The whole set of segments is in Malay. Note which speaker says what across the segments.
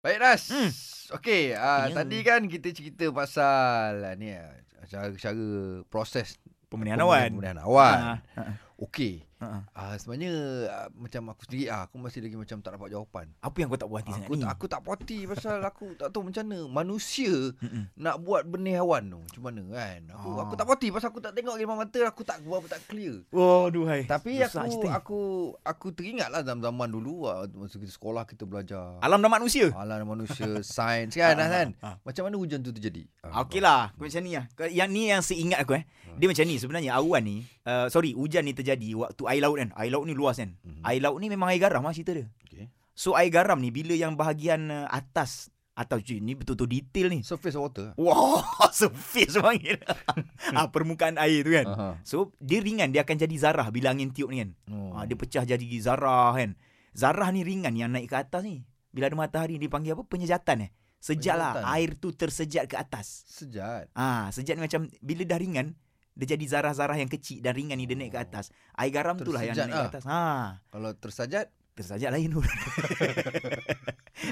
Speaker 1: Baik Ras. Hmm.
Speaker 2: Hmm.
Speaker 1: Okey, uh,
Speaker 2: Ya.
Speaker 1: tadi kan kita cerita pasal ah, ni ah, cara-cara proses
Speaker 2: Pemurnian awan.
Speaker 1: Pemurnihan awan.
Speaker 2: Ah, ah, ah.
Speaker 1: Okey.
Speaker 2: Ha, ha.
Speaker 1: Uh, sebenarnya uh, macam aku sendiri ah, aku masih lagi macam tak dapat jawapan.
Speaker 2: Apa yang kau tak puas hati sangat
Speaker 1: Aku
Speaker 2: ni?
Speaker 1: tak, aku tak puas hati pasal aku tak tahu macam mana manusia
Speaker 2: Mm-mm.
Speaker 1: nak buat benih awan tu macam mana kan. Aku
Speaker 2: Ah.
Speaker 1: aku tak puas hati pasal aku tak tengok dengan mata aku tak aku tak clear.
Speaker 2: Oh, duhai.
Speaker 1: Tapi
Speaker 2: Susah
Speaker 1: aku
Speaker 2: cerita.
Speaker 1: aku aku teringatlah zaman-zaman dulu ah, masa kita sekolah kita belajar
Speaker 2: Alam dan manusia.
Speaker 1: Alam manusia, sains kan,
Speaker 2: Ah,
Speaker 1: Nas, kan?
Speaker 2: ah, ah.
Speaker 1: Macam mana hujan tu terjadi?
Speaker 2: Ah, Okey lah Aku macam ni lah Kau- Yang ni yang seingat aku eh
Speaker 1: Ah.
Speaker 2: Dia macam ni sebenarnya Awan ni uh, Sorry hujan ni terjadi Waktu air laut kan Air laut ni luas kan
Speaker 1: Mhm.
Speaker 2: Air laut ni memang air garam lah cerita dia
Speaker 1: Okay.
Speaker 2: So air garam ni Bila yang bahagian uh, atas Atas cuy Ni betul-betul detail ni
Speaker 1: Surface water.
Speaker 2: Wah Surface panggil ah, Permukaan air tu kan
Speaker 1: Aha.
Speaker 2: So dia ringan Dia akan jadi zarah Bila angin tiup ni kan
Speaker 1: Oh.
Speaker 2: ah, Dia pecah jadi zarah kan Zarah ni ringan Yang naik ke atas ni Bila ada matahari Dia panggil apa Penyejatan eh Sejat lah
Speaker 1: Penyejatan.
Speaker 2: Air tu tersejat ke atas
Speaker 1: Sejat.
Speaker 2: Ah, sejat ni macam bila dah ringan, dia jadi zarah-zarah yang kecil dan ringan ni dia naik ke atas. Air garam tu lah
Speaker 1: Oh.
Speaker 2: yang
Speaker 1: Tersejat
Speaker 2: naik ke
Speaker 1: lah.
Speaker 2: atas. Ha,
Speaker 1: Kalau tersajat,
Speaker 2: tersajat lain tu.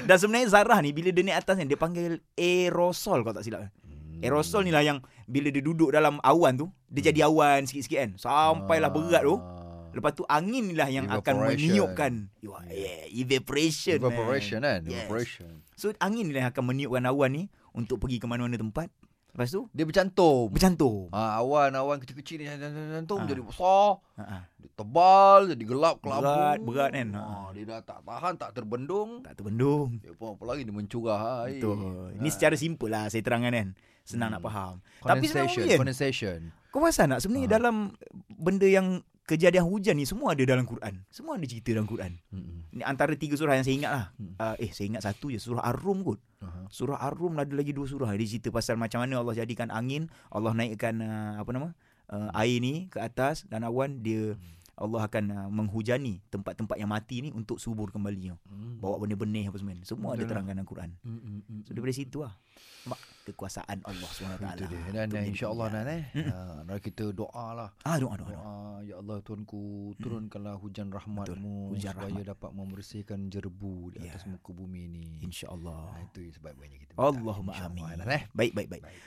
Speaker 2: dan sebenarnya zarah ni bila dia naik atas ni dia panggil aerosol kalau tak silap. eh? Aerosol ni lah yang bila dia duduk dalam awan tu, dia
Speaker 1: Hmm.
Speaker 2: jadi awan sikit-sikit kan.
Speaker 1: Ah,
Speaker 2: Sampailah berat tu. Lepas tu angin ni lah yang akan
Speaker 1: Evaporation. Ya.
Speaker 2: meniupkan. Yeah, evaporation. man.
Speaker 1: Evaporation kan?
Speaker 2: Yes.
Speaker 1: Evaporation.
Speaker 2: So angin ni lah yang akan meniupkan awan ni untuk pergi ke mana-mana tempat. Lepas tu
Speaker 1: Dia bercantum.
Speaker 2: bercantum.
Speaker 1: Ha, awan-awan kecil-kecil ni bercantum
Speaker 2: Ah.
Speaker 1: jadi besar,
Speaker 2: Ha.
Speaker 1: jadi tebal, jadi gelap kelabu.
Speaker 2: Berat, berat kan?
Speaker 1: Ha,
Speaker 2: Ah.
Speaker 1: dia dah tak tahan, tak terbendung.
Speaker 2: Tak terbendung.
Speaker 1: Dia pun apa lagi dia mencurah. air.
Speaker 2: Betul. Ini
Speaker 1: Ha.
Speaker 2: secara simple lah saya terangkan kan. Senang
Speaker 1: Hmm.
Speaker 2: nak faham. Tapi sebenarnya
Speaker 1: condensation,
Speaker 2: Ian,
Speaker 1: condensation.
Speaker 2: kau rasa nak sebenarnya
Speaker 1: Ha.
Speaker 2: dalam benda yang kejadian hujan ni semua ada dalam Quran. Semua ada cerita dalam Quran.
Speaker 1: Mm-mm.
Speaker 2: Ni antara tiga surah yang saya ingat lah.
Speaker 1: Hmm.
Speaker 2: Uh, eh saya ingat satu je surah Ar-Rum kot.
Speaker 1: Aha.
Speaker 2: Surah Ar-Rum ada lagi dua surah. Dia cerita pasal macam mana Allah jadikan angin, Allah naikkan uh, apa nama? Uh, air ni ke atas dan awan dia Allah akan uh, menghujani tempat-tempat yang mati ni untuk subur kembali.
Speaker 1: Mm.
Speaker 2: Bawa benih-benih apa semua ni. Semua ada
Speaker 1: Betul lah.
Speaker 2: terangkan dalam Quran.
Speaker 1: Mm, mm, mm.
Speaker 2: So daripada situ lah Nampak kekuasaan Allah
Speaker 1: Itu dia
Speaker 2: SWT
Speaker 1: Dan
Speaker 2: Untuk
Speaker 1: uh,
Speaker 2: menjadi
Speaker 1: insyaAllah
Speaker 2: pilihan.
Speaker 1: Nan eh uh, Dan kita doa lah
Speaker 2: Ah doa Hmm. doa, doa.
Speaker 1: Doa Ya Allah Tuanku Turunkanlah hujan rahmatmu
Speaker 2: Hujan
Speaker 1: Supaya
Speaker 2: rahmat. Ya.
Speaker 1: dapat membersihkan jerbu Di atas muka bumi ini
Speaker 2: InsyaAllah
Speaker 1: Ah, Itu yang sebaik-baiknya kita minta.
Speaker 2: Allahumma
Speaker 1: InsyaAllah,
Speaker 2: amin
Speaker 1: Nan eh
Speaker 2: Baik baik baik
Speaker 1: Baik.